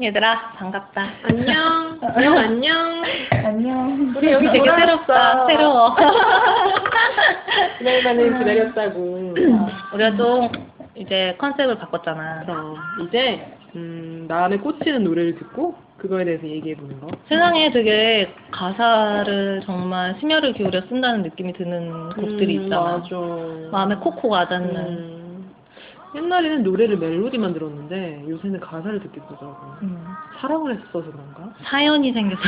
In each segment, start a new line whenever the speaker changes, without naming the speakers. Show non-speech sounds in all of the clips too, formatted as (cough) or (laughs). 얘들아 반갑다. (laughs)
안녕. 어, 안녕, 안녕.
안녕.
우리 여기 되게
돌아왔어.
새롭다. 새로워.
음.
(laughs) 기다리는 기다렸다고.
아, 우리가 좀 이제 컨셉을 바꿨잖아.
그럼 어, 이제 음, 마음에 꽂히는 노래를 듣고 그거에 대해서 얘기해 보는 거.
세상에 되게 가사를 정말 심혈을 기울여 쓴다는 느낌이 드는 곡들이
음,
있잖아.
맞아.
마음에 콕콕 와닿는.
음. 옛날에는 노래를 멜로디만 들었는데 요새는 가사를 듣게 되더라고.
음.
사랑을 했어서 그런가?
사연이 생겨서.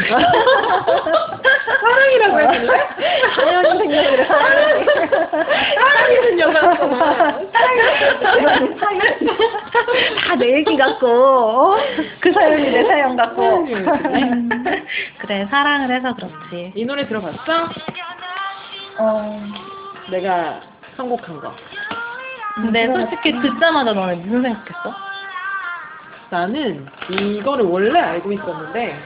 사랑이라고 했는데?
사연이 생겨서. 사연이.
사랑이는 여자구나.
(laughs) 다 내 얘기 같고 어? 그 사연이 내 사연 같고
사연이었네.
그래 사랑을 해서 그렇지
이 노래 들어봤어?
어
내가 선곡한 거.
근데
음,
솔직히 듣자마자 너는 무슨 생각했어?
나는 이거를 원래 알고 있었는데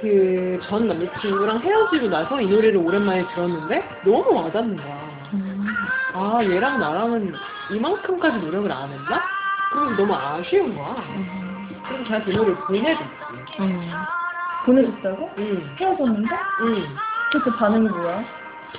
그 전 남자친구랑 헤어지고 나서 이 노래를 오랜만에 들었는데 너무 와닿는 거야.
음,
아 얘랑 나랑은 이만큼까지 노력을 안 했나? 그럼 너무 아쉬운 거야.
음.
그럼 제가 그 노래를 보내줬지.
음.
보내줬다고?
응,
헤어졌는데?
응.
그때 반응이 뭐야?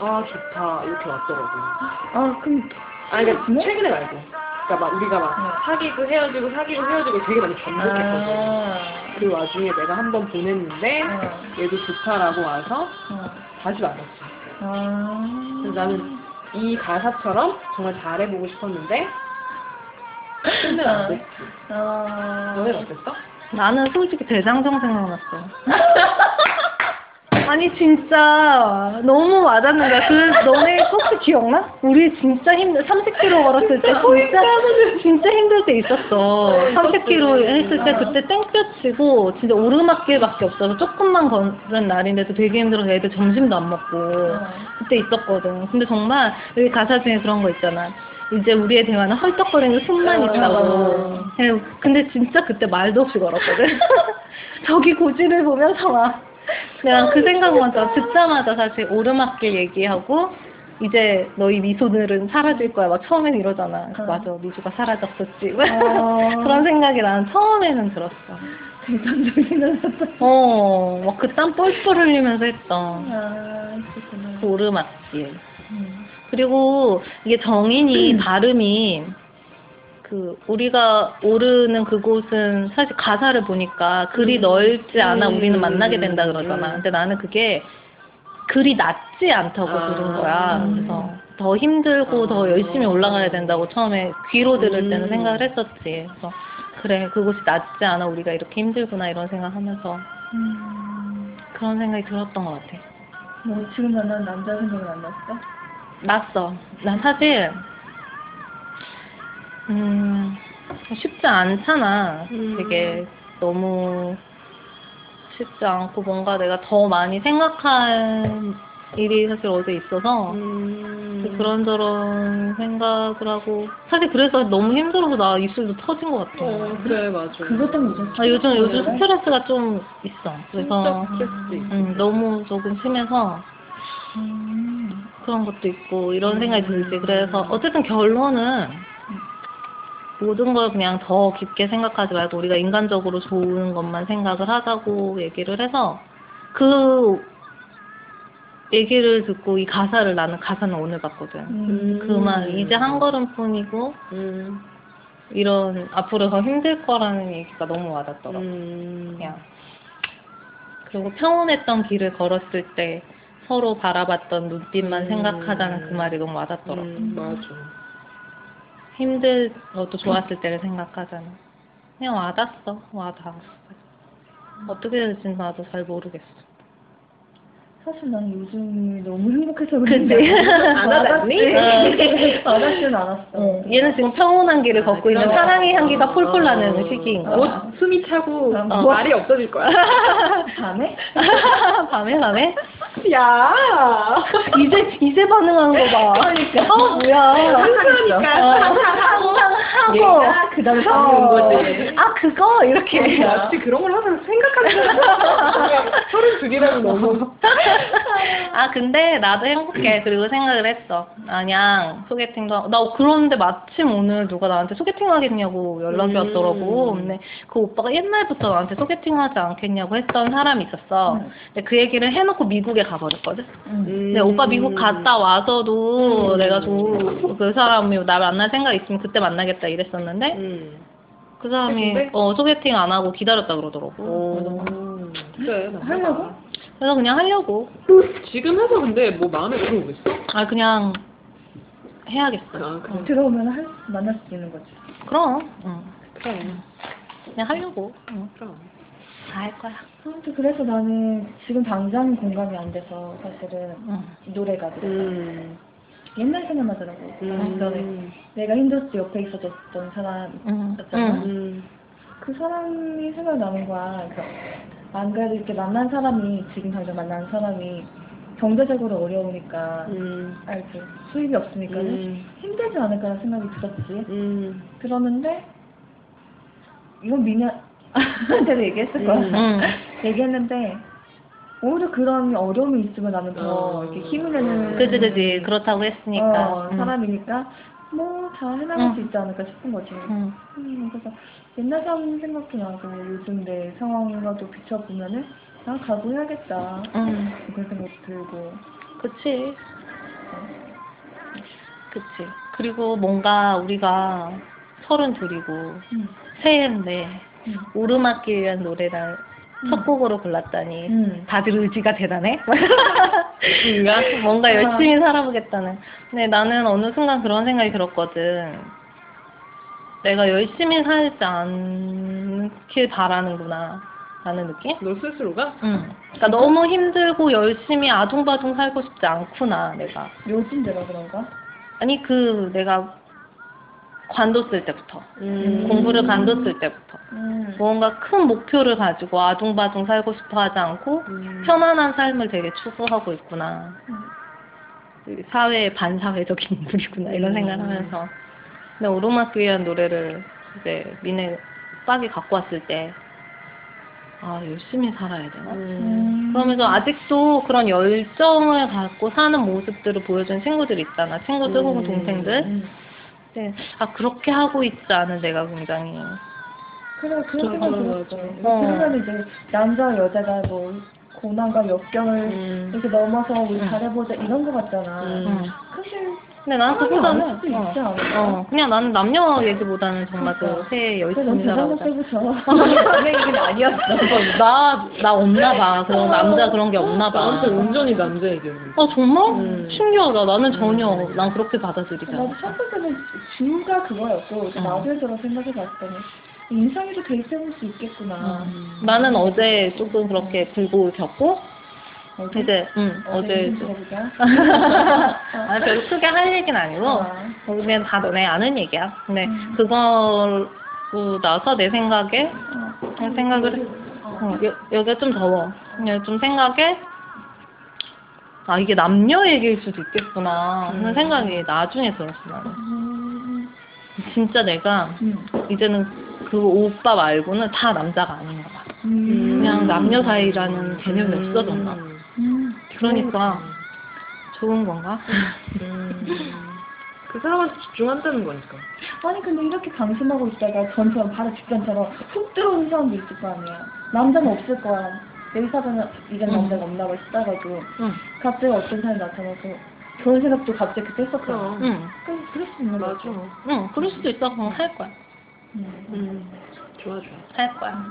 아 좋다 이렇게 왔더라고.
아 그럼
아 그러니까 최근에 말고. 그러니까 막 우리가 막 사귀고 헤어지고 사귀고 헤어지고 되게 많이 반복했거든.
아,
그 와중에 내가 한 번 보냈는데
어,
얘도 좋다라고 와서
어.
다시 만났어.
아.
그래서 나는 이 가사처럼 정말 잘해보고 싶었는데 끝내면 안 됐지.
아.
너는 어땠어?
나는 솔직히 대장정 (laughs) 생각났어 아니 진짜 너무 와닿는 거야 그 너네 혹시 기억나? 우리 진짜 힘들 30km 걸었을 때 진짜 진짜 힘들 때 있었어 30km 했을 때 그때 땡볕치고 진짜 오르막길밖에 없어서 조금만 걸은 날인데도 되게 힘들어서 애들 점심도 안 먹고
어.
그때 있었거든 근데 정말 여기 가사 중에 그런 거 있잖아 이제 우리의 대화는 헐떡거리는 숨만
어,
있다고 예, 근데 진짜 그때 말도 없이 걸었거든 (laughs) 저기 고지를 보면서 막 그냥 그 생각마저 듣자마자 사실 오르막길 얘기하고 이제 너희 미소들은 사라질 거야 막 처음엔 이러잖아
어.
맞아 미소가 사라졌었지
어.
(laughs) 그런 생각이 난 처음에는 들었어
대장정이는 어떠?
어막 그 땀 뻘뻘 흘리면서 했던
아, 그렇구나.
그 오르막길
음.
그리고 이게 정인이 발음이 그 우리가 오르는 그곳은 사실 가사를 보니까 글이 넓지 않아
음.
우리는 만나게 된다 그러잖아.
음.
근데 나는 그게 글이 낮지 않다고
아.
들은 거야. 그래서 더 힘들고
아.
더 열심히 올라가야 된다고 처음에 귀로 들을 때는
음.
생각을 했었지. 그래서 그래 그곳이 낮지 않아 우리가 이렇게 힘들구나 이런 생각하면서
음.
그런 생각이 들었던 것 같아.
뭐 지금 만난 남자 생각은 안 났어?
났어. 난 사실 음 쉽지 않잖아.
음.
되게 너무 쉽지 않고 뭔가 내가 더 많이 생각할 일이 사실 어제 있어서
음...
그런저런 생각을 하고 사실 그래서 너무 힘들어서 나 입술도 터진 것 같아.
어, 그래 맞아.
그것 때문에 요즘
아 요즘 요즘
스트레스
스트레스가 좀 있어. 그래서
진짜 스트레스.
음, 너무 조금 심해서
음.
그런 것도 있고 이런 생각이
음.
들지. 그래서 어쨌든 결론은 모든 걸 그냥 더 깊게 생각하지 말고 우리가 인간적으로 좋은 것만 생각을 하자고 얘기를 해서 그 얘기를 듣고 이 가사를 나는 가사는 오늘 봤거든.
음.
그만 이제 한 걸음뿐이고
음.
이런 앞으로 더 힘들 거라는 얘기가 너무 와닿더라고.
음.
그냥. 그리고 평온했던 길을 걸었을 때 서로 바라봤던 눈빛만
음.
생각하자는 그 말이 너무 와닿더라고.
음, 맞아.
힘들어도 좋았을 때를 생각하자는. 그냥 와닿았어. 와닿았어. 어떻게 되는지는 나도 잘 모르겠어.
사실 난 요즘이 너무 행복해서 그런데
근데
안 알았니?
네. (laughs) 알았진 알았어. 아,
얘는 지금 평온한 길을 걷고 있는 사랑의 향기가 폴폴 나는 시기인
곧
거야.
어. 숨이 차고
어.
말이 없어질 거야. (laughs)
밤에?
(laughs) 밤에 밤에
야.
어.
이제 이제 반응하는 거 봐.
그러니까.
어 뭐야?
어.
(laughs) 그러니까.
항상 하고
얘가 그 다음에 밤에 온
어.
거지.
아 그거
네.
이렇게
역시 어, 그런 걸 항상 생각하는 거야. 서른 둘이라면 너무.
아 근데 나도 행복해 그리고 생각을 했어 아냥 소개팅도 하고- 나 그런데 마침 오늘 누가 나한테 소개팅 하겠냐고 연락이
음.
왔더라고 근데 그 오빠가 옛날부터 나한테 소개팅 하지 않겠냐고 했던 사람이 있었어
음.
근데 그 얘기를 해놓고 미국에 가버렸거든
음.
응.
근데 오빠 미국 갔다 와서도 내가 조- 그 사람이 나 만날 생각 있으면 그때 만나겠다 이랬었는데
(laughs) 음.
그 사람이
네,
근데?
어 소개팅 안 하고 기다렸다 그러더라고
오. 어. 그래. 맞아.
하려고?
그래서 그냥 하려고
음. 지금 해서 근데 뭐 마음에 들어오고 있어?
아 그냥 해야겠어
아, 그래.
들어오면 할, 만날 수 있는 거지.
그럼 응.
그래.
그냥 하려고 응.
그럼.
다 할 거야
아무튼 그래서 나는 지금 당장 공감이 안 돼서 사실은
응.
노래가 그래.
음.
옛날 생각나더라고.
음.
전에 내가 힘들 때 옆에 있어줬던 사람
응.
있었잖아.
응.
음.
그 사람이 생각나는 거야. 그래서 안 그래도 이렇게 만난 사람이 지금 당장 만난 사람이 경제적으로 어려우니까
음.
알지 수입이 없으니까
음.
힘들지 않을까라는 생각이 들었지.
음.
그러는데 이건 (laughs) 미녀한테도 얘기했을 거야.
음.
응.
얘기했는데 오히려 그런 어려움이 있으면 나는 더
어.
이렇게 힘을 내는
그지 그지 그렇다고 했으니까
어,
응.
사람이니까 뭐 다 해나갈
응.
수 있지 않을까 싶은 거지.
응.
음, 그래서 옛날 사람 생각도 나고 요즘 내 상황이라도 비춰보면은 난 각오해야겠다
응.
그런 생각도 들고
그치 그치 그리고 뭔가 우리가 서른 둘이고
응.
새해인데
응.
오르막길 위한 노래를
음.
첫 곡으로 골랐다니
응.
다들 의지가 대단해? (laughs) 뭔가 열심히 살아보겠다는. 근데 나는 어느 순간 그런 생각이 들었거든. 내가 열심히 살지 않길 바라는구나. 라는 느낌?
너 스스로가?
응. 그러니까 너무 힘들고 열심히 아둥바둥 살고 싶지 않구나, 내가.
요즘 내가 그런가?
아니, 그, 내가 관뒀을 때부터.
음.
공부를 관뒀을 때부터.
응.
뭔가 큰 목표를 가지고 아둥바둥 살고 싶어 하지 않고
음.
편안한 삶을 되게 추구하고 있구나. 사회의 반사회적인 (laughs) 인물이구나 이런
음.
생각을 하면서 근데 오르막길 위한 노래를 이제 미네 빡이 갖고 왔을 때 아 열심히 살아야 되나?
음.
음,
그러면서 아직도 그런 열정을 갖고 사는 모습들을 보여준 친구들 있잖아 친구들 혹은
음.
동생들
응.
네. 아 그렇게 하고 있지 않은 내가 굉장히
그래 그런 생각
맞아,
들었어.
맞아.
어.
그러면 이제 남자 여자가 뭐 고난과 역경을
음.
이렇게 넘어서 우리
응.
잘해보자 이런 거 같잖아.
음.
응.
사실
근데 나는
사람이
그보다는
안 할수
어.
있지 않을까?
어, 그냥 나는 남녀 얘기보다는 정말 그
그러니까.
새해
그래 넌
열심히
대단한
살아보자.
때부터 남의 얘기는
(laughs)
아니었어.
나, 나 없나 봐. 그런 남자 그런 게 없나 봐.
나한테 온전히 남자 얘기하는 거.
아, 어, 정말?
음.
신기하다. 나는 전혀, 난 그렇게 받아들이지
나도
않아.
첫 번째는 주가 그거였고 이제
어.
나도에 들어 생각해 봤더니 인상에도 대입해볼 수 있겠구나.
음.
음.
나는 어제 조금 그렇게 불고 겪고,
어제?
이제,
음.
응, 어제.
들어보자
아, 별로 크게 할 얘기는 아니고,
아.
그냥 다 너네 아는 얘기야. 근데
음.
그거고 나서 내 생각에 그냥 생각을 해. 어, 여, 여기가 좀 더워. 그냥 좀 생각에 아 이게 남녀 얘기일 수도 있겠구나 하는
음.
생각이 나중에 들었어 나는.
음.
진짜 내가
음.
이제는 그 오빠 말고는 다 남자가 아닌가 봐.
음.
그냥 남녀 사이라는 개념이 없어졌나.
음.
음.
그러니까
아.
좋은 건가?
음. 그 사람한테 집중한다는 거니까.
아니 근데 이렇게 방심하고 있다가 전처럼 바로 직전처럼 훅 들어오는 사람도 있을 거 아니야. 남자는 없을 거야. 여기서는 이제
음.
남자가 없나 봐 싶다가도
응,
갑자기 어떤 사람이 나타나서 그런 생각도 갑자기 그때 했었거든.
응,
그럼 그럴 수 있는 거지.
응. 그럴 수도 있다고 그냥 할 거야.
음.
음. 좋아 좋아.
할 거야.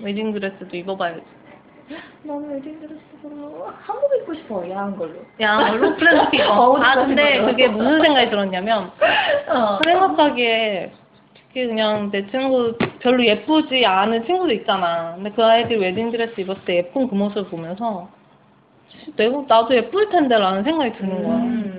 웨딩 드레스도 입어봐야지.
나는 웨딩드레스 별로 한복 입고 싶어 야한 걸로.
야, 롤플랜스 (laughs) 입어.
어우,
아, 근데
죄송해요.
그게 무슨 생각이 들었냐면,
어.
생각하기에 솔직히 그냥 내 친구 별로 예쁘지 않은 친구도 있잖아. 근데 그 아이들이 웨딩드레스 입었을 때 예쁜 그 모습을 보면서 내가 나도 예쁠 텐데 라는 생각이 드는 거야.
음.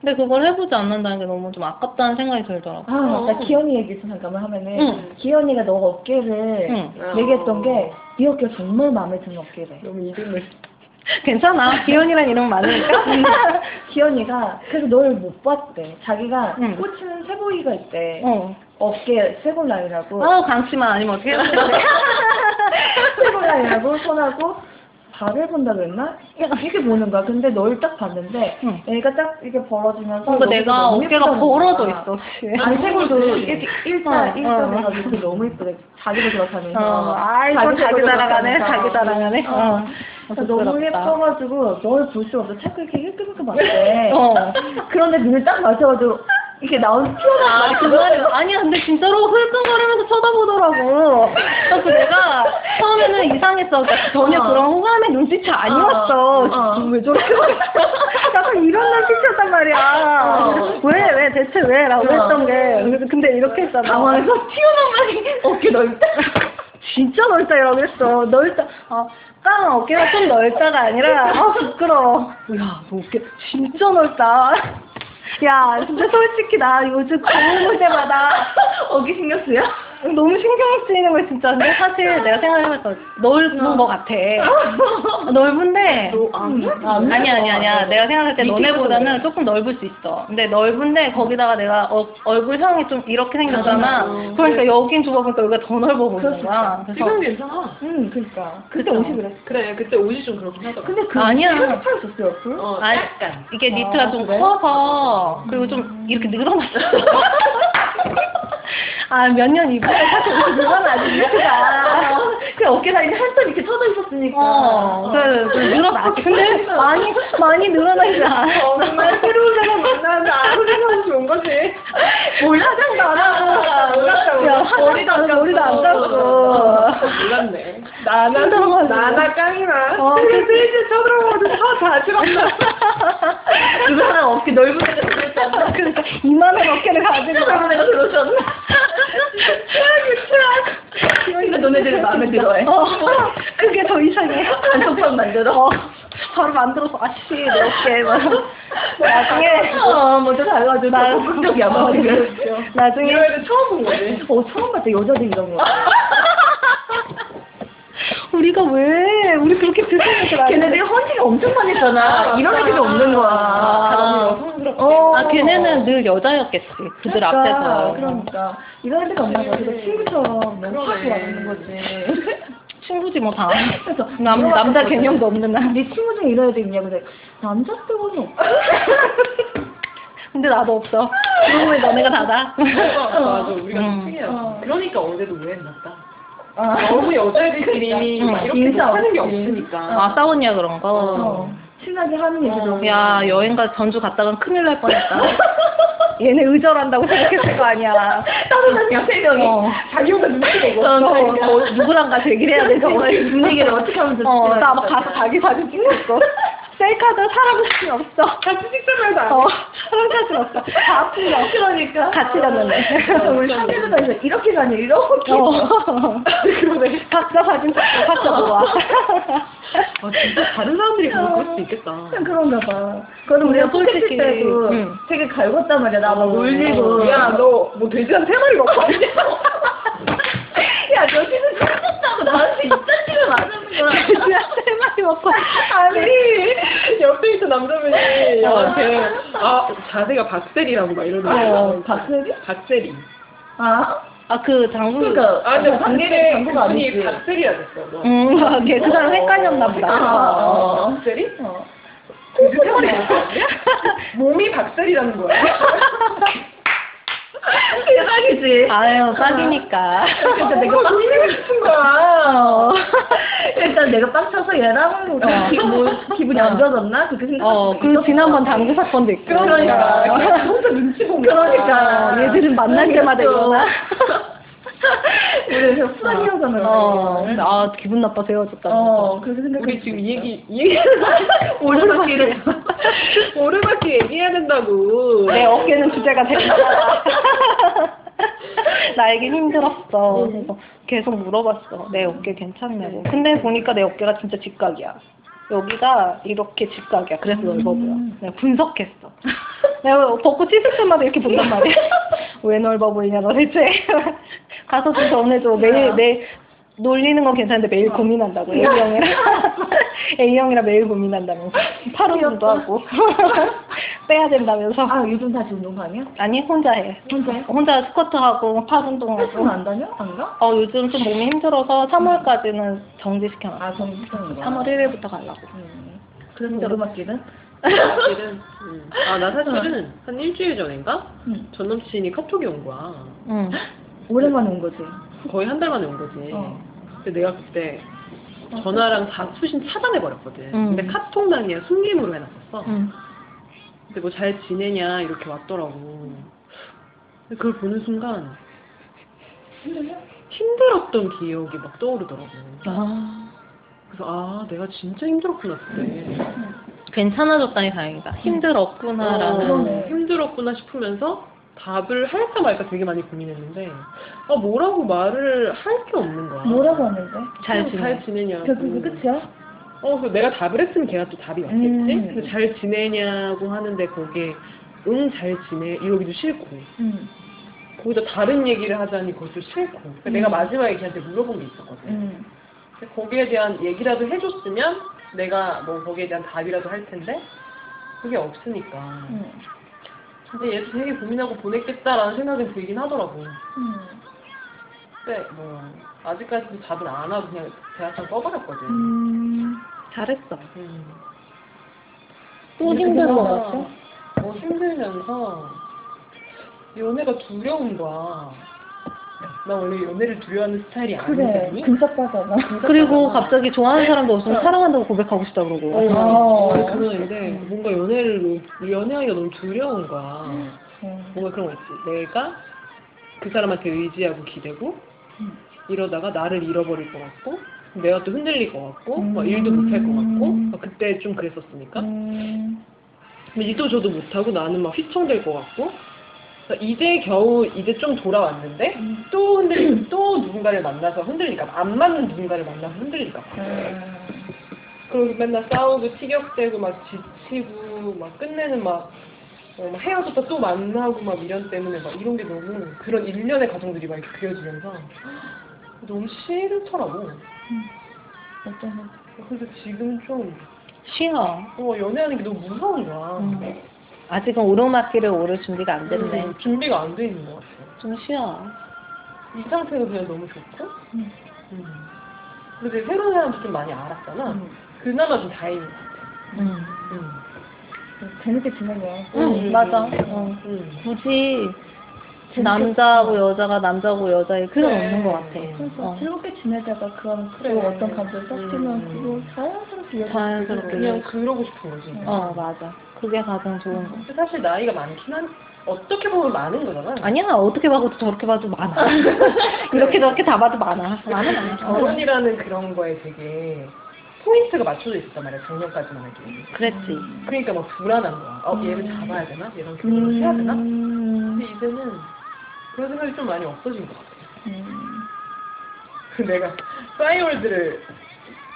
근데 그걸 해보지 않는다는 게 너무 좀 아깝다는 생각이 들더라고.
아, 아까 기현이 얘기 좀 잠깐만 하면은
어. 응.
기현이가 너가 어깨를
응.
얘기했던 게 네 어깨 가 정말 마음에 드는 어깨래.
음.
(laughs)
너무 이름을
네. 괜찮아. 기현이란 이름 많으니까.
기현이가 그래서 널 못 봤대. 자기가
응.
꽂히는 새보이가 있대.
어.
어깨 새골라인이라고
어, 강치만 아니면 어떻게 해야 돼?
새골라인이라고 손하고 발을 본다 그랬나? 이렇게 보는 거야. 근데 널 딱 봤는데
응.
애가 딱 이렇게 벌어지면서
뭔가
너무
내가
너무
어깨가
예쁘다는
벌어져
거야.
있어. 혹시.
아니 새골도 이렇게
어,
일자
어.
일자 해가지고 그게 너무 예쁘대. 자기도 그렇다면서.
어, 아이고, 자기
자기도
자랑하네,
그렇다면서.
자기 자랑하네. 어.
그래서 너무
부끄럽다.
예뻐가지고 널 볼 수 없어. 자꾸 이렇게 힐끔힐끔 봤대.
어.
그런데 눈을 딱 맞춰가지고 이렇게 나온 튀어나온
아, 그 말이 아니야. 근데 진짜로 흘끔거리면서
(laughs)
쳐다보더라고. 그래서 내가 처음에는 이상했어. 그러니까 전혀
어.
그런 호감의 눈빛이 아니었어.
어.
어, 왜 저렇게 약간 이런 눈빛이었단 말이야.
어.
왜, 왜, 대체 왜? 라고
어.
했던 게. 그래서 근데 이렇게 했잖아.
당황해서
튀어나온 말이 어깨 넓다. 진짜 넓다 이라고 했어. 넓다. 어, 깡 어깨가 좀 넓다가 아니라 아 부끄러워. 야너 어깨 진짜 넓다. 야 진짜 솔직히 나 요즘 거울 볼 때마다 어깨 신경 쓰여? 너무 신경 쓰이는 거야 진짜. 근데 사실 내가 생각해봤어. 넓은 거 (laughs) 같아. 넓은데
음.
아니 아니
어.
아니야. 내가 생각할 때 너네보다는 조금 넓을 수 있어. 근데 넓은데 거기다가 내가 어, 얼굴형이 좀 이렇게 생겼잖아. 그러니까 여긴 좁아보니까 여기가 더 넓어 보이는 거야. 그래서
지금 괜찮아
응, 그러니까. 그때
음, 그쵸.
옷이 그랬어.
그래 그때 옷이 좀 그렇긴 하더라
근데 그
아니야.
팔 줬어요, 옆을?
어
아니,
약간
이게 니트가
아,
좀
그래?
커서 그리고 좀 이렇게
(laughs)
늘어났어. 아 몇 년 입고 사실 옷이
(laughs)
늘어나지 니트가.
그냥 어깨 라인이 한참 이렇게 쳐져 있었으니까.
어, 그래, 좀 늘어났어. 근데
(laughs)
많이 많이 늘어나지 않아.
정말 새로운 사람 만나는데 아무 생각 없이 온 거지. 몰라, 화장도 안
아,
하고. 몰랐다고.
야, 화장-
머리도 안, 머리도 안
어.
감고.
몰랐네
나나, 나나 깡이랑. 어, 그래서 이제 쳐들어오는 쳐다 들었나.
(laughs) 그 사람 어깨 넓은 애가 들었잖아. 그러니까 이만한 어깨를 가지고 넓은 애가 들어오셨나? 최악이 최악.
그러니까 너네들이 마음에 들어해.
어, 그게 더 이상해. 단톡방 만들어. 바로 만들어서 아씨 내 어깨 막. 나중에
어, 먼저 달라주고.
나-
적이야, 뭐.
나중에
이런 애들 처음 본 거지
어, 처음 봤다, 여자들 이런 거.
우리가 왜 우리 그렇게 불쌍한 줄 알아?
그러니까 걔네들이 헌팅 엄청 많이 했잖아. 이런 애들이 없는 거야.
아.
어.
아 걔네는 늘 여자였겠지. 그들 앞에서.
그러니까 이런 애들이 없나 봐. 그래서 친구처럼 너무 하고 와는 거지.
친구지 뭐 다.
(laughs) 그래서
남, 남자 개념도 없는 나.
네 친구 중에 이런 애들 있냐 근데 남자 빼고는 없어.
근데 나도 없어. 그러고 왜 너네가
(laughs)
다다.
맞아 어, 맞아 우리가
음.
좀 특이하다
어.
그러니까 어제도 우회했나다
아.
너무 여자애들끼리
음.
막 이렇게
인싸
뭐 하는 게
없지.
없으니까
아 싸웠냐 그런 거.
어. 친하게 하는 얘기
어,
너무.
야 여행가 전주 갔다간 큰일 날
(laughs)
뻔했다. 얘네 의절한다고 생각했을 거 아니야.
따로 다녀 세 명이.
어.
자기 혼자 눈치 내고.
전 어, 뭐, 누구랑 같이 얘기를 해야 돼 정말.
(laughs) 분위기를 어떻게 하면 좋지? 그러니까.
어, 나 막 가서 자기 사진 찍었어. 셀카도 사람 사진 없어. 같이 찍자면서 어, 사람 사진 없어. 다 아프죠.
그러니까.
같이 갔는데.
그래서 우리 사진도 다니서 이렇게 다녀 이렇게. (laughs)
어. 그러네. 각자 사진 찍고 각자 모아.
아 진짜 다른 사람들이 보면 그럴 수도 있겠다
그냥 그런가 봐. 그래서 우리가
근데 솔직히,
소개팅 때도
응. 어.
되게 갈궜단 말이야. 나 막 울리고.
야, 너 뭐 돼지 한 세 마리 먹고 왔냐?
(laughs) 야, 너 지금 쳤다고 나한테 이딴 식을 맞는 거야.
그냥 세 마리 먹고.
(laughs) 아니, 옆에 있던 남자분이 저한테 아, 자세가 박세리라고 막 이러더라고.
어, 박세리?
박세리.
아,
아 그 장군.
그러니까.
아, 근데
박세리
본인의
장군 아니지.
그분이 박세리라 뭐. 그랬어. 너.
음, 아, 걔, 그 사람 헷갈렸나 보다.
아,
어.
박세리?
어.
돼지 세 마리 먹고 왔냐? 몸이 박세리라는 거야.
대박이지.
아유,
(laughs)
싹이니까.
그러니까 내가 빵 치고 싶은 거야. 일단 내가 빵 쳐서 얘랑
어.
기, (laughs) 뭐, 기분이 안 좋아졌나? 그렇게 생각하고.
어, 그 지난번 장군 사건도 있고.
그러니까.
혼자 눈치 본 거야.
그러니까.
아, 얘들은 만날 때마다 이러나?
(laughs) 우리 그래서 수학이었잖아요.
어, 아, 기분 나빠 헤어졌다.
어, 그렇게 생각해.
우리 지금 이 얘기, 이
(laughs)
얘기, (laughs) 오르막길,
(laughs)
오르막길 얘기해야 된다고.
내 어깨는 주제가 된다. (laughs) 나에게 힘들었어. 그래서 계속 물어봤어. 내 어깨 괜찮냐고. 근데 보니까 내 어깨가 진짜 직각이야. 여기가 이렇게 직각이야. 그래서 넓어 보여. 내가 분석했어. 내가 벗고 찢을 때마다 이렇게 본단 말이야. 왜 넓어 보이냐 도대체. (laughs) 가서 좀 전해줘. 매일 내 놀리는 건 괜찮은데 매일 고민한다고. A형이랑 (laughs) A형이랑 매일 고민한다면서. 팔 운동도 하고. (laughs) 빼야 된다면서.
아 요즘 다 지금 농담이야?
아니 혼자 해.
혼자 해?
혼자 스쿼트 하고 팔
회사는
운동하고.
안 다녀? 안 가?
어 요즘 좀 몸이 힘들어서 3월까지는 정지시켜놨어.
아 저는 회사는 거.
3월 1일부터 가려고.
음. 그래서 오르막길은?
사실은 음. 아나 사실은
어.
한 일주일 전인가
응.
전 남친이 카톡이 온 거야.
응.
오랜만에 온 거지.
거의 한 달 만에 온 거지.
어.
근데 내가 그때 전화랑 다 수신 차단해버렸거든.
음.
근데 카톡란이야 숨김으로 해놨었어.
응.
근데 뭐 잘 지내냐 이렇게 왔더라고. 근데 그걸 보는 순간 힘들었던 기억이 막 떠오르더라고.
아
그래서 아 내가 진짜 힘들었구나 그때.
괜찮아졌다니 다행이다. 아, 힘들었구나라는.
어, 힘들었구나 싶으면서 답을 할까 말까 되게 많이 고민했는데 아 뭐라고 말을 할 게 없는 거야.
뭐라고 음. 하는데?
잘
잘,
지내.
지내냐고.
저 그게 끝이야?
어, 그 내가 답을 했으면 걔가 또 답이 왔겠지?
음.
그래서 잘 지내냐고 하는데 거기에 응, 잘 지내. 이러기도 싫고.
응.
거기다 다른 얘기를 하자니 그것도 싫고. 그러니까
음.
내가 마지막에 걔한테 물어본 게 있었거든.
음.
응.
근데 거기에 대한 얘기라도 해줬으면 내가 뭐 거기에 대한 답이라도 할 텐데 그게 없으니까.
음.
응.
근데 얘도 되게 고민하고 보냈겠다라는 생각은 들긴 하더라고.
응.
근데 뭐 아직까지도 답을 안 하고 그냥 대학생 떠버렸거든.
음.
잘했어.
음.
또 힘든 거 같아?
뭐 힘들면서 연애가 두려운 거야. 나 원래 연애를 두려워하는 스타일이
그래.
아니거든.
근접하잖아.
그리고 갑자기 좋아하는 사람도 없으면 사랑한다고 고백하고 싶다 그러고.
어,
어.
어, 그러는데 뭔가 연애를 너무- 연애하기가 너무 두려운 거야.
응.
뭔가 그런 거 있지. 내가 그 사람한테 의지하고 기대고
음.
이러다가 나를 잃어버릴 것 같고 내가 또 흔들릴 것 같고 막
음.
일도 못할 것 같고 막 그때 좀 그랬었으니까
음.
근데 이도 저도 못하고 나는 막 휘청될 것 같고 그래서 이제 겨우 이제 좀 돌아왔는데
음.
또 흔들 또 누군가를 만나서 흔들릴까 안 맞는 누군가를 만나서 흔들릴까 봐.
아.
그리고 맨날 싸우고 티격대고 막 지치고 막 끝내는 막, 어, 막 헤어졌다 또 만나고 막 미련 때문에 막 이런 게 너무 그런 일련의 과정들이 막 이렇게 그려지면서 (gasps) 너무 싫더라고
어쩌면.
그래서 지금 좀
쉬어.
어, 연애하는 게 너무 무서운 거야
음. 아직은 오르막길을 오를 준비가 안 됐네.
음, 준비가 안 돼 있는 것 같아
좀 쉬어.
이 상태가 그냥 너무 좋고.
음.
음. 근데 이제 새로운 사람도 좀 많이 알았잖아.
음.
그나마 좀 다행인 것 같아.
음.
음.
그 재밌게 지내냐?
응,
음,
맞아.
음.
응.
음.
굳이 남자하고 여자가 남자고 여자의 그건 없는 것 같아.
그래서
어.
즐겁게 지내다가 그런
그래.
그 어떤 감정 섞이면
음.
그거 자연스럽게 이어질
자연스럽게.
그냥 그러고 싶은 거지.
어, 맞아. 그게 가장 좋은 거.
근데 사실 나이가 많긴 한, 어떻게 보면 많은 거잖아.
아니야, 어떻게 봐도 저렇게 봐도 많아. 이렇게 저렇게 다 봐도 많아. 많아, 많아. 어.
결혼이라는 그런 거에 되게 포인트가 맞춰져 있었단 말이야, 작년까지만 해도.
그랬지.
그러니까 막 불안한 거야. 어, 얘를
음.
잡아야 되나? 얘랑 결혼을 해야 되나? 근데 이제는 그런 생각이 좀 많이 없어진 것 같아.
음.
그 내가 싸이월드를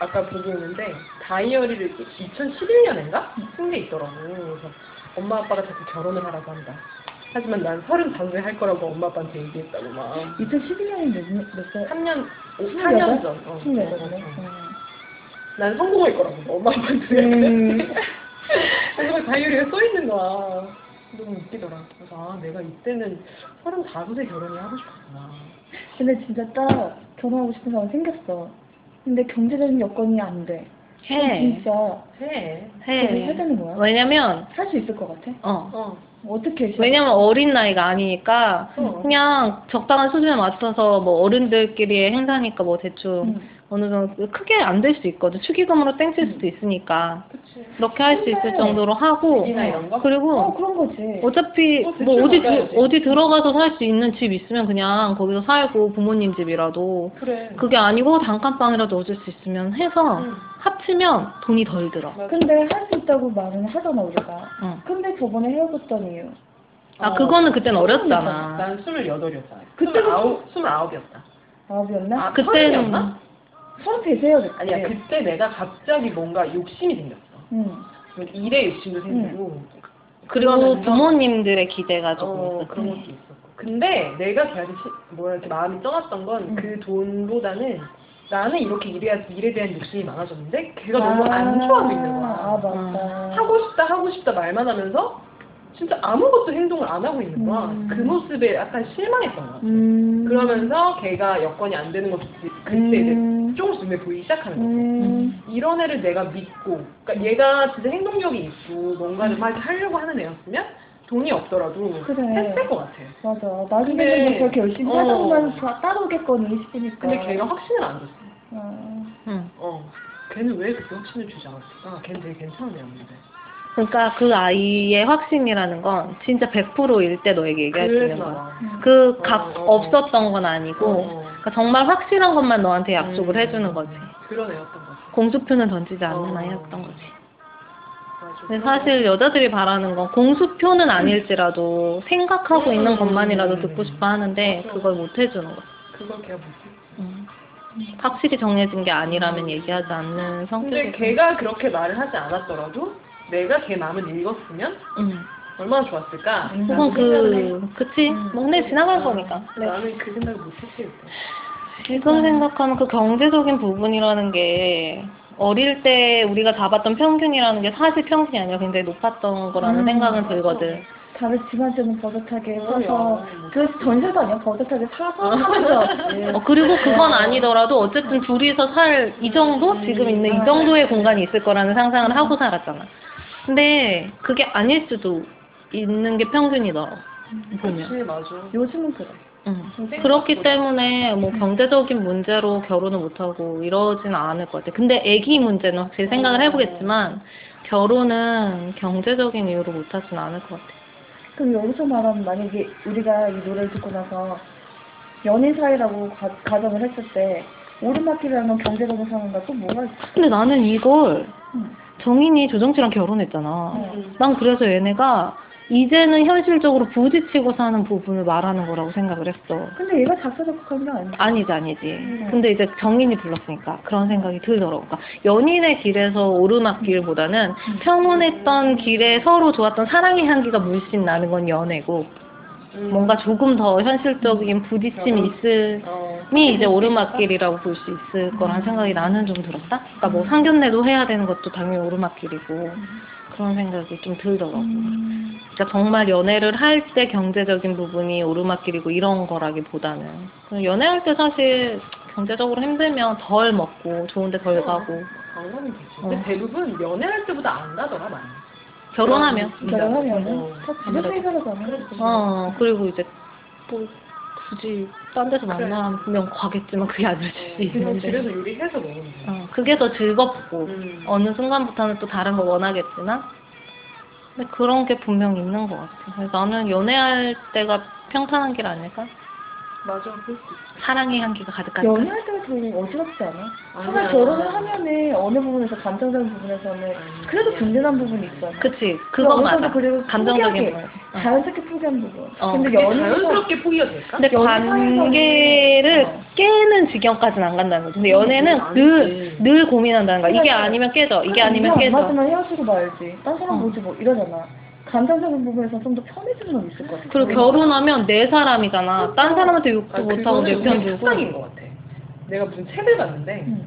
아까 보고 있는데 다이어리를 2011년인가 쓴 게 있더라고. 그래서 엄마 아빠가 자꾸 결혼을 하라고 한다. 하지만 난 서른 다섯에 할 거라고 엄마 아빠한테 얘기했다고 막.
2011년이 몇, 몇 살?
3년,
스물여덟?
4년 전. 어.
18이네.
음.
어. 난 성공할 거라고 엄마 아빠한테
음.
네.
그랬는데. 그래서 다이어리에 써 있는 거야. 너무 웃기더라. 그래서 아 내가 이때는 서른 다섯에 결혼을 하고 싶었구나.
(laughs) 근데 진짜 딱 결혼하고 싶은 사람 생겼어. 근데 경제적인 여건이 안 돼.
해.
진짜
해.
그걸 해야
해.
되는 거야?
네. 왜냐면,
할 수 있을 것 같아?
어.
어.
어떻게 해?
왜냐면 어린 나이가 아니니까
어.
그냥 적당한 수준에 맞춰서 뭐 어른들끼리의 행사니까 뭐 대충
응.
어느 정도 크게 안 될 수도 있거든. 축의금으로 땡칠 수도 있으니까.
그치.
그렇게 할 수 있을
근데
정도로 하고
집이나 이런 거?
어
그리고
그런 거지.
어차피
어, 대출
뭐 어디 들-
받아야지.
어디 들어가서 살 수 있는 집 있으면 그냥 거기서 살고 부모님 집이라도
그래.
그게 아니고 단칸방이라도 얻을 수 있으면 해서
응.
합치면 돈이 덜 들어.
근데 할 수 있다고 말은 하잖아 우리가.
응.
근데 저번에 헤어졌던 이유.
아,
어.
그거는 그땐 어렸잖아.
난 28이었잖아요.
그때부터-
29이었다.
아홉이었나?
아, 그때는.
서른이었나?
서른 되세요 그때.
아니야, 그때 내가 갑자기 뭔가 욕심이 생겼어. 뭐
응.
일의
음.
욕심도 생기고.
그리고
그거는 뭐
부모님들의 기대가 아, 조금 음.
어,
있었지.
그런 것도 있었고. 근데 내가 계속 시- 뭐라 이렇게 마음이 떠났던 건
음.
그 돈보다는 나는 이렇게 일해야지 일에 대한 욕심이 많아졌는데 걔가
아,
너무 안 좋아하고 있는 거야.
아 맞다.
하고 싶다 하고 싶다 말만 하면서 진짜 아무것도 행동을 안 하고 있는 거야.
음.
그 모습에 약간 실망했던 거야.
음.
그러면서 걔가 여건이 안 되는 것도 있지. 그때 이제
음.
조금씩 눈에 보이기 시작하는 거야.
음.
이런 애를 내가 믿고, 그러니까 얘가 진짜 행동력이 있고 뭔가를 막 이렇게 하려고 하는 애였으면 돈이 없더라도
그래.
했을 것 같아.
맞아. 나중에는
근데-
뭐 그렇게 열심히
어.
하다보면 다 따라오겠거니 싶으니까.
근데
어.
걔가 확신을 안 줬어.
아.
응.
어. 걔는 왜 그렇게 확신을 주지 않았을까? 걔는 되게 괜찮은 애였는데.
그러니까 그 아이의 확신이라는 건 진짜 100%일 때 너에게 얘기할 수 있는
그래서
거야.
막,
음.
그 각
어, 어.
없었던 건 아니고
어,
그러니까 정말 확실한 것만 너한테 약속을
음.
해주는 거지.
그런 애였던 거지.
공수표는 던지지 않는
어.
아이였던 거지.
맞아.
근데 사실 여자들이 바라는 건 공수표는 아닐지라도 생각하고
음.
있는 것만이라도 듣고 싶어 하는데
맞아.
그걸 못 해주는 거지.
그걸 걔가 못했어.
음. 확실히 정해진 게 아니라면 얘기하지 않는
근데
성격이.
걔가 그렇게 말을 하지 않았더라도 내가 걔 마음을 읽었으면
음.
얼마나 좋았을까?
음.
라는
그건
생각을 해.
그 그치
음.
먹내 지나갈 거니까.
나는 그 생각을 못했지 그때.
그러니까.
지금 생각하면 그 경제적인 부분이라는 게 어릴 때 우리가 잡았던 평균이라는 게 사실 평균이 아니라 굉장히 높았던 거라는
음,
생각은 들거든.
다들 집안집은 버젓하게 써서
그럼요.
그래서 전세도 아니야 버젓하게 사서 예. 하면서
(laughs)
어, 그리고 그건 아니더라도 어쨌든 둘이서 살 이 정도? 지금 있는 이 정도의 공간이 있을 거라는 상상을 하고 살았잖아. 근데 그게 아닐 수도 있는 게 평균이더라. 보면.
그치 맞아.
요즘은 그래.
응.
생각보다.
그렇기 때문에 뭐 경제적인 문제로 결혼을 못하고 이러진 않을 것 같아. 근데 아기 문제는 확실히 생각을 해보겠지만 결혼은 경제적인 이유로 못하진 않을 것 같아.
그럼 여기서 말하면 만약에 우리가 이 노래를 듣고 나서 연인 사이라고 가, 가정을 했을 때 오르막길이라는 경제적인 상황과 또 뭐가 있어?
근데 나는 이걸
음.
정인이 조정치랑 결혼했잖아.
어.
음.
난 그래서 얘네가 이제는 현실적으로 부딪히고 사는 부분을 말하는 거라고 생각을 했어.
근데 얘가 작사 작곡한 게 아니야.
아니지, 아니지. 근데 이제 정인이 불렀으니까 그런 생각이 들더라고. 그러니까 연인의 길에서 오르막길보다는 평온했던 길에 서로 좋았던 사랑의 향기가 물씬 나는 건 연애고
음.
뭔가 조금 더 현실적인 부딪힘이 있을
어.
이 이제 오르막길이라고 볼 수 있을 거란 생각이 나는 좀 들었다. 그러니까 뭐 상견례도 해야 되는 것도 당연히 오르막길이고 그런 생각이 좀 들더라고.
음.
음.
그러니까 정말 연애를 할 때 경제적인 부분이 오르막길이고 이런 거라기보다는 그냥 연애할 때 사실 경제적으로 힘들면 덜 먹고 좋은데 덜 가고
당연히 되지.
어.
근데 대부분 연애할 때보다 안 가더라 많이.
결혼하면
음, 결혼하면
어.
다 집에서 해결하잖아.
어 그리고 이제 뭐 굳이 딴 데서
그래. 네,
만나면 과겠지만 그게 아닐 수도
그냥
있는데
집에서 요리해서 먹으면 돼.
어, 그게 더 즐겁고
음.
네. 어느 순간부터는 또 다른 걸 원하겠지만 근데 그런 게 분명 있는 것 같아. 그래서 나는 연애할 때가 평탄한 길 아닐까?
맞아 그럴 수 있어.
사랑의 향기가 가득한 길.
연애할 때가 더 어지럽지 않아?
아니야.
정말 결혼을 하면은 어느 부분에서 감정적인 부분에서는
아니야.
그래도 든든한 부분이 있잖아.
그치 그건 맞아.
그리고
감정적인
포기하게,
부분. 어.
자연스럽게 포기한 부분.
어.
근데
그게
연애는
자연스럽게 어. 포기가 될까?
근데
연애
관계를
사이에서는-
깨는 지경까지는 안 간다는 거지. 근데
음,
그 연애는
아니지.
늘, 늘 고민한다는 거야. 이게
그러니까.
아니면 깨져. 이게 아니면
안
깨져.
맞으면 헤어지고 말지. 딴 사람
어.
보지 뭐 이러잖아. 감정적인 부분에서 좀 더 편해지는 건 있을 것 같아.
그리고 결혼하면 내 사람이잖아. 딴 사람한테 욕도
아,
못하고
그거는
내 편
우리
주고. 음.
특성인 것 같아. 내가 무슨 책을 봤는데
응.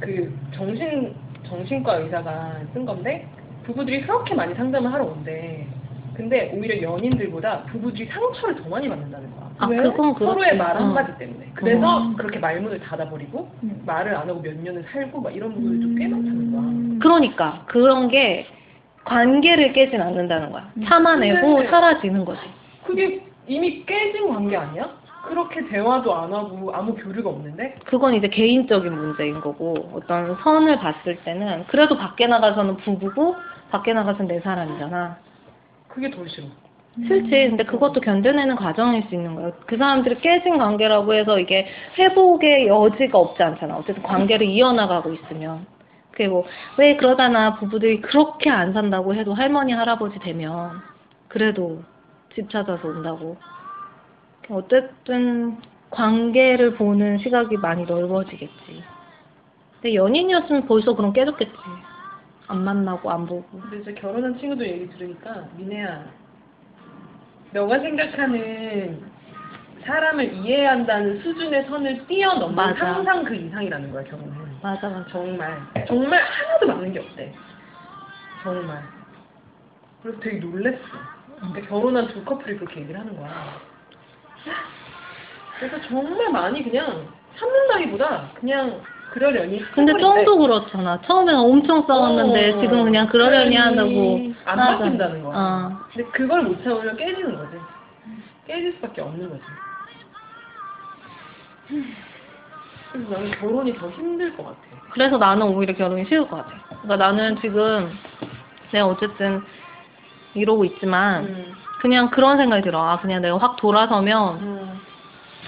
그 정신 정신과 의사가 쓴 건데 부부들이 그렇게 많이 상담을 하러 온대. 근데 오히려 연인들보다 부부들이 상처를 더 많이 받는다는 거야.
아,
왜?
그건 그렇지.
서로의 말
어.
한마디 때문에. 그래서
음.
그렇게 말문을 닫아버리고
음.
말을 안 하고 몇 년을 살고 막 이런 분들도 꽤 많다는 거야.
그러니까 그런 게 관계를 깨진 않는다는 거야. 참아내고
근데-
사라지는 거지.
그게 이미 깨진 관계 아니야? 그렇게 대화도 안 하고 아무 교류가 없는데?
그건 이제 개인적인 문제인 거고 어떤 선을 봤을 때는 그래도 밖에 나가서는 부부고 밖에 나가서는 내 사람이잖아.
그게 더 싫어.
싫지. 근데 그것도 견뎌내는 과정일 수 있는 거야. 그 사람들이 깨진 관계라고 해서 이게 회복의 여지가 없지 않잖아. 어쨌든 관계를 이어나가고 있으면. 그게 뭐 왜 그러다나 부부들이 그렇게 안 산다고 해도 할머니 할아버지 되면 그래도 집 찾아서 온다고. 어쨌든 관계를 보는 시각이 많이 넓어지겠지. 근데 연인이었으면 벌써 그럼 깨졌겠지. 안 만나고 안 보고.
근데 이제 결혼한 친구들 얘기 들으니까 민혜야 너가 생각하는 사람을 이해한다는 수준의 선을 뛰어넘는
맞아.
항상 그 이상이라는 거야 결혼은
맞아 맞아.
정말 정말 하나도 맞는 게 없대 정말 그래서 되게 놀랬어 그러니까 결혼한 두 커플이 그렇게 얘기를 하는 거야 그래서 정말 많이 그냥 참는다기보다 그냥 그러려니
근데
커플인데
쫑도 그렇잖아. 처음에는 엄청 싸웠는데
어,
지금 그냥 그러려니 하다고.
안
맞아.
바뀐다는 거야
어.
근데 그걸 못 참으면 깨지는 거지. 깨질 수밖에 없는 거지. 그래서 나는 결혼이 더 힘들 것 같아.
그래서 나는 오히려 결혼이 쉬울 것 같아. 그러니까 나는 지금 내가 어쨌든 이러고 있지만
음.
그냥 그런 생각이 들어. 아 그냥 내가 확 돌아서면
음.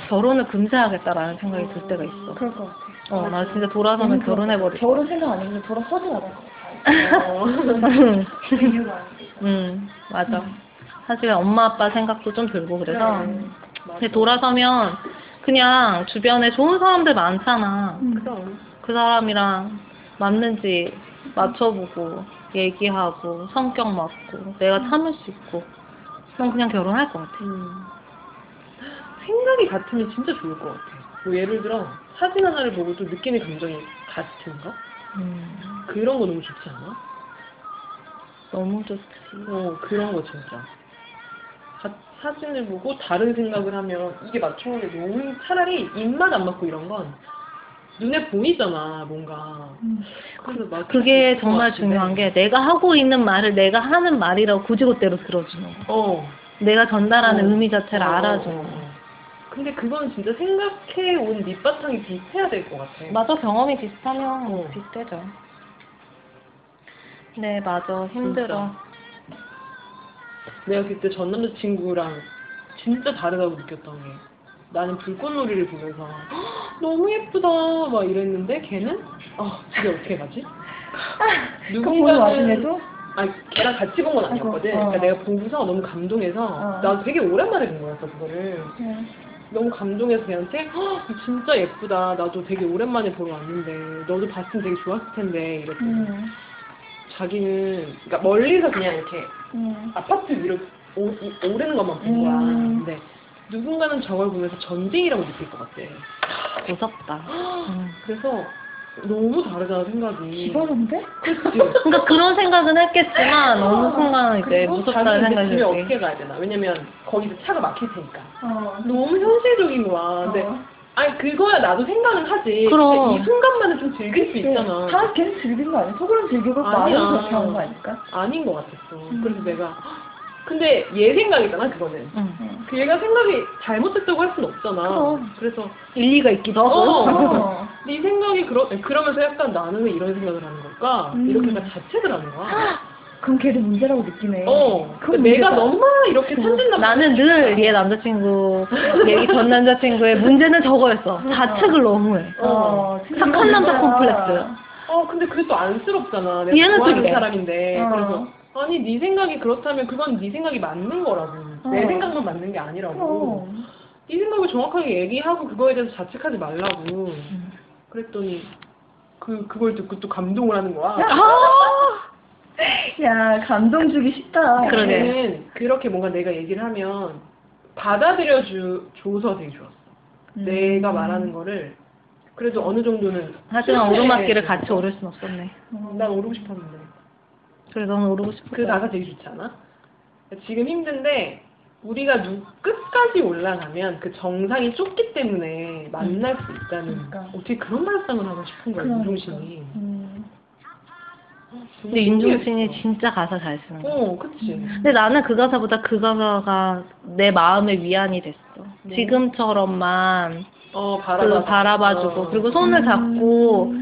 결혼을 금세하겠다라는 생각이 들 때가 있어.
그럴 것 같아.
어, 나 진짜 돌아서면 결혼해버릴
(laughs) 결혼 생각 안 해서 돌아서지 않을 것 같아.
어.
이유가 아닌데.
응, 음, 맞아. 사실 엄마 아빠 생각도 좀 들고 그래서.
음. 맞아.
근데 돌아서면 그냥 주변에 좋은 사람들 많잖아.
음.
그럼.
그 사람이랑 맞는지 맞춰보고 얘기하고 성격 맞고 내가 참을 수 있고 난 그냥 결혼할 것 같아.
음. 생각이 같으면 진짜 좋을 것 같아. 뭐 예를 들어 사진 하나를 보고 또 느끼는 감정이 같은가?
음,
그런 거 너무 좋지 않아?
너무 좋지.
어 그런 거 진짜. 가- 사진을 보고 다른 생각을 하면 이게 맞춰오는 게 너무 차라리 입맛 안 맞고 이런 건 눈에 보이잖아 뭔가 그래서 맞춰
음. 그게 정말
같은데.
중요한 게 내가 하고 있는 말을 내가 하는 말이라고 고지고대로 들어주는 거.
어,
내가 전달하는
어.
의미 자체를
어,
알아주는
어,
거.
어. 근데 그건 진짜 생각해 온 밑바탕이 비슷해야 될 것 같아
맞아 경험이 비슷하면
어.
비슷해져. 네 맞아 힘들어.
내가 그때 전 남자친구랑 진짜 다르다고 느꼈던 게 나는 불꽃놀이를 보면서 "헉, 너무 예쁘다 막 이랬는데 걔는 어 이게 어떻게 가지?
(laughs) 그거 보는 와중에도
아니, 걔랑 같이 본 건 아니었거든.
아이고, 어.
그러니까 내가 보고서 너무 감동해서,
어.
나 되게 오랜만에 본 거였어, 그거를.
응.
너무 감동해서 걔한테, 헉, 진짜 예쁘다. 나도 되게 오랜만에 보러 왔는데, 너도 봤으면 되게 좋았을 텐데, 이랬더니.
응.
자기는, 그러니까 멀리서 그냥 이렇게
응.
아파트 위로 오, 이- 오르는 것만 본 거야.
음.
근데 누군가는 저걸 보면서 전쟁이라고 느낄 것 같아. (gasps)
무섭다. 음.
그래서 너무 다르다는 생각이.
기발한데?
그치?
그러니까 그런 생각은 했겠지만 어느 순간 이제
아, 그리고
무섭다는
자기는
생각이
이제 집에
들지.
어떻게 가야 되나? 왜냐면 거기서 차가 막힐 테니까.
어.
음.
너무 현실적인 거야. 근데
어.
아니 그거야 나도 생각은 하지.
그럼. 네.
근데 이 순간만은 좀 즐길 수 있잖아.
다 계속 즐긴 거 아니야? 속으로 즐기고 마음은
아니야.
그렇게 하는 거 아닐까?
아닌 것 같았어.
음.
그래서 내가 헉, 근데 얘 생각이잖아 그거는.
응.
그 얘가 생각이 잘못됐다고 할 수는 없잖아.
그럼.
그래서
일리가 있기도 하고.
어.
어.
네 생각이 그러 그러면서 약간 나는 왜 이런 생각을 하는 걸까?
음.
이렇게 약간 자책을 하는 거야.
그럼 걔도 문제라고 느끼네.
어.
그건
근데 내가
문제다. 음.
너무 이렇게
(laughs)
천진나.
나는 늘 얘 남자친구, 얘전 남자친구의 문제는 저거였어. 자책을 너무 해.
어, 진짜
착한 남자
문제다.
콤플렉스.
어 근데 그게 또 안쓰럽잖아. 내가
얘는 또
좋아하는
그래.
사람인데
어.
그래서 아니 네 생각이 그렇다면 그건 네 생각이 맞는 거라고.
어.
내 생각만 맞는 게 아니라고.
어.
네 생각을 정확하게 얘기하고 그거에 대해서 자책하지 말라고.
음.
그랬더니 그 그걸 듣고 또 감동을 하는
아,
거야.
야, 감동 주기 쉽다.
그러네.
걔는 그렇게 뭔가 내가 얘기를 하면 받아들여 주 줘서 되게 좋았어.
음.
내가 말하는 거를 그래도 어느 정도는
하지만 오르막길을 같이 오를 순 없었네.
음.
난 오르고 싶었는데.
그래, 넌 오르고 싶어.
그 가사 되게 좋지 않아? 지금 힘든데 우리가 누, 끝까지 올라가면 그 정상이 좁기 때문에 만날 수 있다는
그러니까.
어떻게 그런 발상을 하고 싶은 거야
그러니까.
윤종신이
음.
근데 윤종신이 진짜 가사 잘 쓰는 거야.
어 그치
근데 나는 그 가사보다 그 가사가 내 마음의 위안이 됐어.
네.
지금처럼만
어
그
바라봐
바라봐주고
어.
그리고 손을 잡고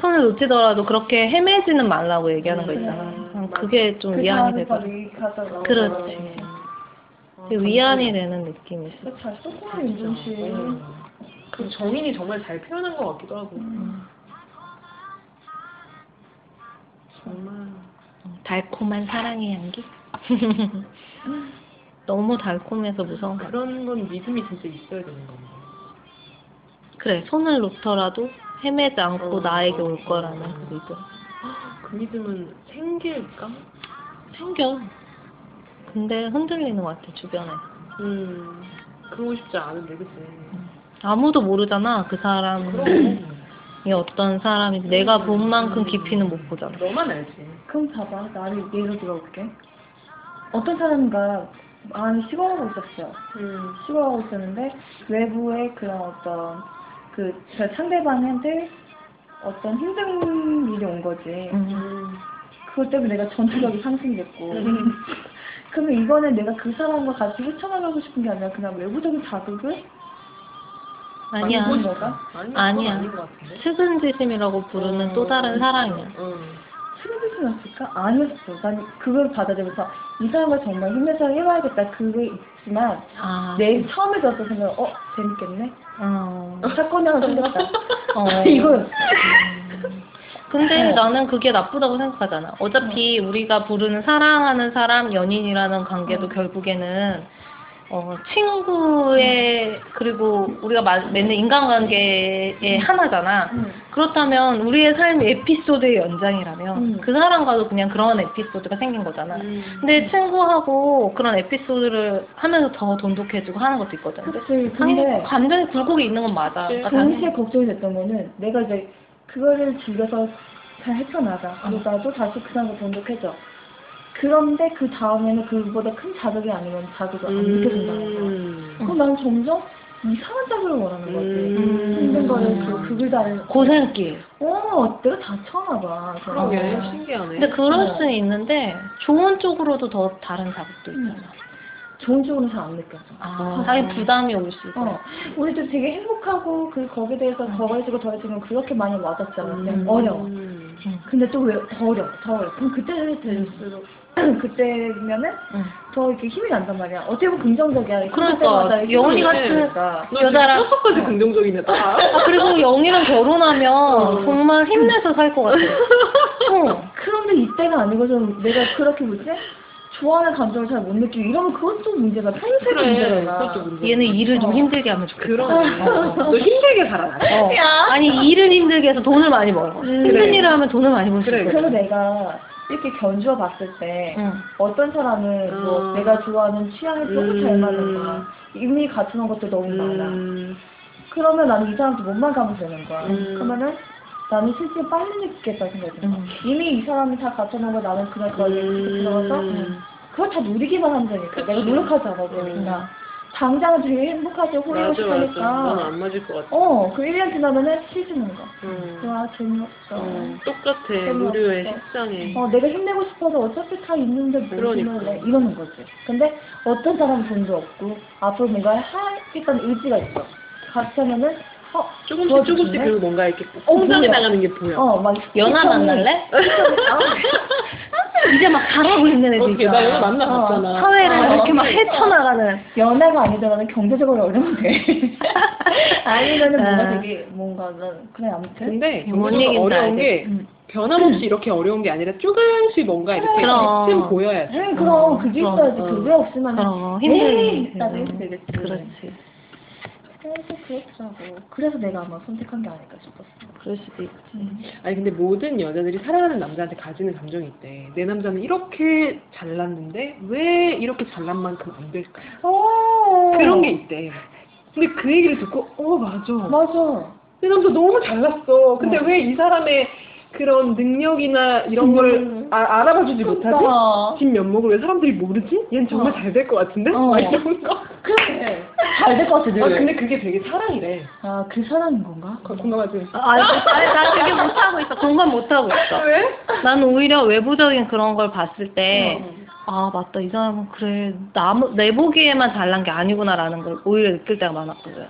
손을 놓치더라도 그렇게 헤매지는 말라고 얘기하는 거
음,
있잖아.
맞아.
그게 좀
그
위안이
사람이
되거든.
빨리 가다가.
그렇지.
어,
그 위안이 되는 느낌이 있어.
잘 썼구나,
감동이야,
윤종 씨.
진짜.
네.
어. 그 정인이 정말 잘 표현한 것 같기도 하고
음.
정말
달콤한 사랑의 향기. (laughs) 너무 달콤해서 무서운 거
그런 건 믿음이 진짜 있어야 되는 겁니다.
그래 손을 놓더라도 헤매지 않고
어.
나에게 올 거라는 그 믿음
그 믿음은 생길까?
생겨 근데 흔들리는 것 같아 주변에
음, 그러고 싶지 않은데, 그치?
아무도 모르잖아 그 사람이
그럼
어떤 사람이 내가 본 만큼 깊이는 못 보잖아
너만 알지.
그럼 봐봐. 나를 예로 들어볼게. 어떤 사람과 마음이 식어가고 있었어요.
음,
식어가고 있었는데 외부의 그런 어떤 그저 상대방한테 어떤 힘든 일이 온 거지.
음.
음,
그것 때문에 내가 전투력이 상승됐고. (laughs) 그러면 이거는 내가 그 사람과 같이 헤쳐나가고 싶은 게 아니라 그냥 외부적인 자극을
아니야 뭐-
받는 거가
아니,
아니야.
아닌 것 같은데. 어,
측은지심이라고 부르는 또 다른 사랑이야
음.
힘들지 않았을까? 아니었어. 난 그걸 받아들여서 이 사람과 정말 힘내서 해봐야겠다. 그게 있지만
아,
내 처음에 들었을 때는 어 재밌겠네.
어,
사건이 하나 생겼다.
어.
(laughs) 이거였어.
(laughs) 근데
어.
나는 그게 나쁘다고 생각하잖아. 어차피
음.
우리가 부르는 사랑하는 사람, 연인이라는 관계도 결국에는 어, 친구의 그리고 우리가 마- 맺는 인간관계의 하나잖아.
음.
그렇다면 우리의 삶의 에피소드의 연장이라면
음.
그 사람과도 그냥 그런 에피소드가 생긴 거잖아.
음.
근데 친구하고 그런 에피소드를 하면서 더 돈독해지고 하는 것도 있거든.
그치.
당연히
근데 네. 음.
관계에 굴곡이 있는 건 맞아. 그러니까
동시에 걱정이 됐던 거는 내가 이제 그거를 즐겨서 잘 헤쳐나가.
음.
그러다 또 다시 그 사람과 돈독해져. 그런데 그 다음에는 그보다 큰 자극이 아니면
음.
자극을 안 느껴진다는 거야.
음.
그럼 난 점점 이상한 자극을 원하는 거지.
음.
힘든 거를 그 극을 다는
고생길.
어, 내가 다쳐나 봐.
그러게,
그래서.
신기하네.
근데 그럴
어.
수는 있는데 좋은 쪽으로도 더 다른 자극도 있잖아.
좋은 쪽으로는 잘 안 느껴져.
아, 자기 부담이 올 수 있어.
어, 우리도 되게 행복하고 그 거기에 대해서 더해지고 더해지면 그렇게 많이 와닿잖아. 그냥
음.
어려워. 근데 또 왜 더 어려워, 더 어려워. 그럼 그때 음. 될수록 (clears throat) 그때면은
음.
더 이렇게 힘이 난단 말이야. 어떻게 보면 긍정적이야.
그러니까, 영혼이
영혼이
같은-
같으니까.
너
그 여자랑-
지금 끝까지 긍정적이네, 다.
아, 그리고 영희랑 결혼하면
어.
정말 힘내서 살 것 같아. 어.
그런데 이때가 아니고 좀 내가 그렇게 뭐지? 좋아하는 감정을 잘 못 느끼고 이러면 그것도 문제가 평생
그래,
문제잖아.
그것도 문제.
얘는 일을 좀
어.
힘들게 하면 좋겠다.
그런. 너 힘들게 살아라.
어. 아니 일을 힘들게 해서 돈을 많이 벌어. 힘든
그래.
일을 하면 돈을 많이 벌수
그래,
있어.
그래서 내가 이렇게 견주어 봤을 때
응.
어떤 사람은 뭐
음.
내가 좋아하는 취향이 너무 잘
음.
맞는 거야. 이미 갖춰놓은 것도 너무 많아.
음.
그러면 나는 이 사람한테 못만 가면 되는 거야.
음.
그러면은 나는 실제 빨리 느끼겠다 생각이 들어.
음.
이미 이 사람이 다 갖춰놓은 걸 나는 그냥 그걸
음.
음. 들어가서 그걸 다 누리기만 하면 되니까. 내가
그치. 음.
노력하지 않아도 되니까. 당장은 되게 행복하지
맞아,
호리고
맞아. 난
싶으니까.
안 맞을 것 같아.
어, 그 1년 지나면은 싫어지는 거야.
음.
와, 재미없어.
어, 똑같아.
재미없어.
무료의 식상에.
어, 내가 힘내고 싶어서 어차피 다 있는데 뭐
그러니까.
힘을 내? 이러는 거지. 근데 어떤 사람은 돈도 없고 앞으로 뭔가 하겠다는 의지가 있어. 같이 하면은 어,
조금씩
도와주시네?
조금씩 그 뭔가 이렇게
어,
성장해
뭐야.
나가는 게 보여.
어, 막
연하
시청이-
만날래?
어,
이제 막 잘하고 있는 애들
어떻게 나
있잖아.
오늘 만나봤잖아.
사회를
어,
이렇게 막 헤쳐나가는.
연하가 아니더라도 경제적으로 어려면 돼. 아니면은 뭔가
아.
되게 뭔가 난 그래 아무튼
근데
뭔
뭔가
얘기인지
어려운
알겠어.
게
음.
변함없이 이렇게 어려운 게 아니라 조금씩 뭔가 이렇게
그럼.
틈 보여야 돼.
응, 그럼 그게
그럼,
있어야지.
어.
그게 없으면
어,
에이,
힘들지.
네, 나도 힘들겠지.
그렇지.
그래서 그렇더라고. 그래서 내가 아마 선택한 게 아닐까 싶었어.
그럴 수도 있지.
아니 근데 모든 여자들이 사랑하는 남자한테 가지는 감정이 있대. 내 남자는 이렇게 잘났는데 왜 이렇게 잘난 만큼 안 될까?
오
그런 게 있대. 근데 그 얘기를 듣고 어 맞아.
맞아.
내 남자 너무 잘났어. 근데 왜 이 사람의 그런 능력이나 이런
음.
걸 아- 알아봐주지
그러니까.
못하지?
어.
집 면목을 왜 사람들이 모르지? 얜 정말 잘 될 것 같은데?
어.
막 (laughs) 이런 거.
그래. 잘 될 것 같아,
네.
아,
늘.
근데 그게 되게 사랑이래.
아, 그 사람인 건가?
거- 공감하지?
아, 아니, 아니, 나 되게 못하고 있어. 공감 못하고 있어.
왜?
난 오히려 외부적인 그런 걸 봤을 때, 아, 맞다. 이 사람은 그래. 남, 내 보기에만 잘난 게 아니구나라는 걸 오히려 느낄 때가 많았거든.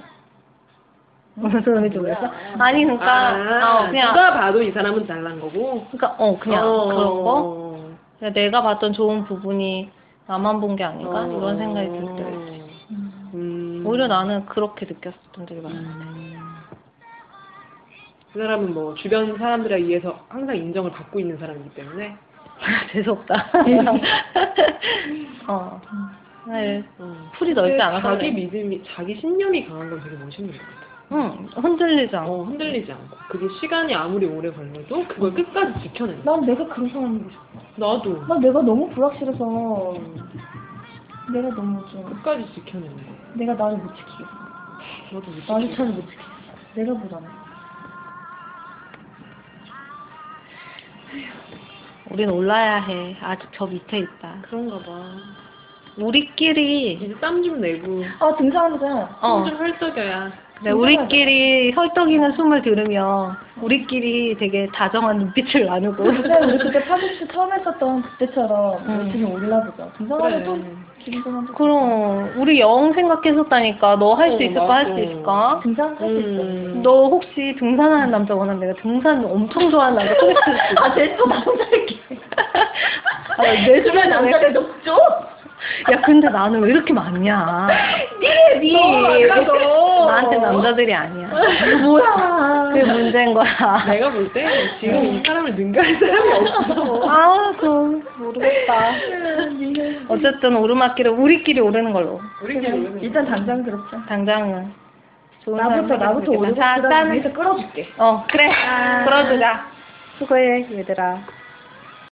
무슨 소리인지 모르겠어? 음. 아니, 그러니까, 아, 어, 그냥,
누가 봐도 이 사람은 잘난 거고.
그러니까, 어, 그냥 그런 거.
어.
그냥 내가 봤던 좋은 부분이 나만 본 게 아닌가? 이런 생각이 들 때.
어. 음.
오히려 나는 그렇게 느꼈었던 적이 (laughs) 많아.
그 사람은 뭐 주변 사람들에 의해서 항상 인정을 받고
(laughs)
있는 사람이기 때문에
재수없다. 어. 네.
음.
풀이 넓지
근데
않아서 그래.
자기 믿음이 자기 신념이 강한 건 되게 멋있는 것 같아.
응, 흔들리지 않고.
어, 흔들리지 않고 그게 시간이 아무리 오래 걸려도
어.
그걸 끝까지 지켜낸다.
난 내가 그런 사람이고 싶어.
나도
난 내가 너무 불확실해서 내가 너무 좀
끝까지 지켜낸다.
내가 나를 못 지키겠어.
나도 못
나를
지키겠어.
잘 못 지키겠어. 내가 불안해.
우린 올라야 해. 아직 저 밑에 있다.
그런가 봐.
우리끼리,
이제 땀 좀 내고
아 등산하자.
어,
좀 헐떡여야.
그래, 우리끼리 헐떡이는 숨을 들으며, 우리끼리 되게 다정한 눈빛을 나누고.
(laughs)
근데 우리 그때 파주시 처음 했었던 그때처럼
응.
열심히 올라보자.
어,
등산하면 또
음.
기분 전환도
그럼, 우리 영 생각했었다니까. 너 할 수
어,
있을까? 할 수
맞아.
있을까?
등산 할수 있어.
음.
너 혹시 등산하는 남자 원하면 내가 등산 엄청 좋아하는 남자 소개시켜 줄게. 아, 내또 남자일게. 아, 내 주변 남자를 높죠? (laughs) 야, 근데 나는 왜 이렇게 많냐?
니
네.
어.
나한테 남자들이 아니야. 뭐야. 그게 문제인 거야.
내가 볼 때 지금 이 사람을 능가할 사람이 없어.
아, 그, 모르겠다. 어쨌든 오르막길을 우리끼리 오르는 걸로.
우리끼리
일단 당장 그렇자.
당장은. 좋은
나부터
사람들이
나부터
있겠지만.
오르고
자, 어,
그다음에
짠.
위에서 끌어줄게.
어, 그래. 그러주자. 수고해, 얘들아.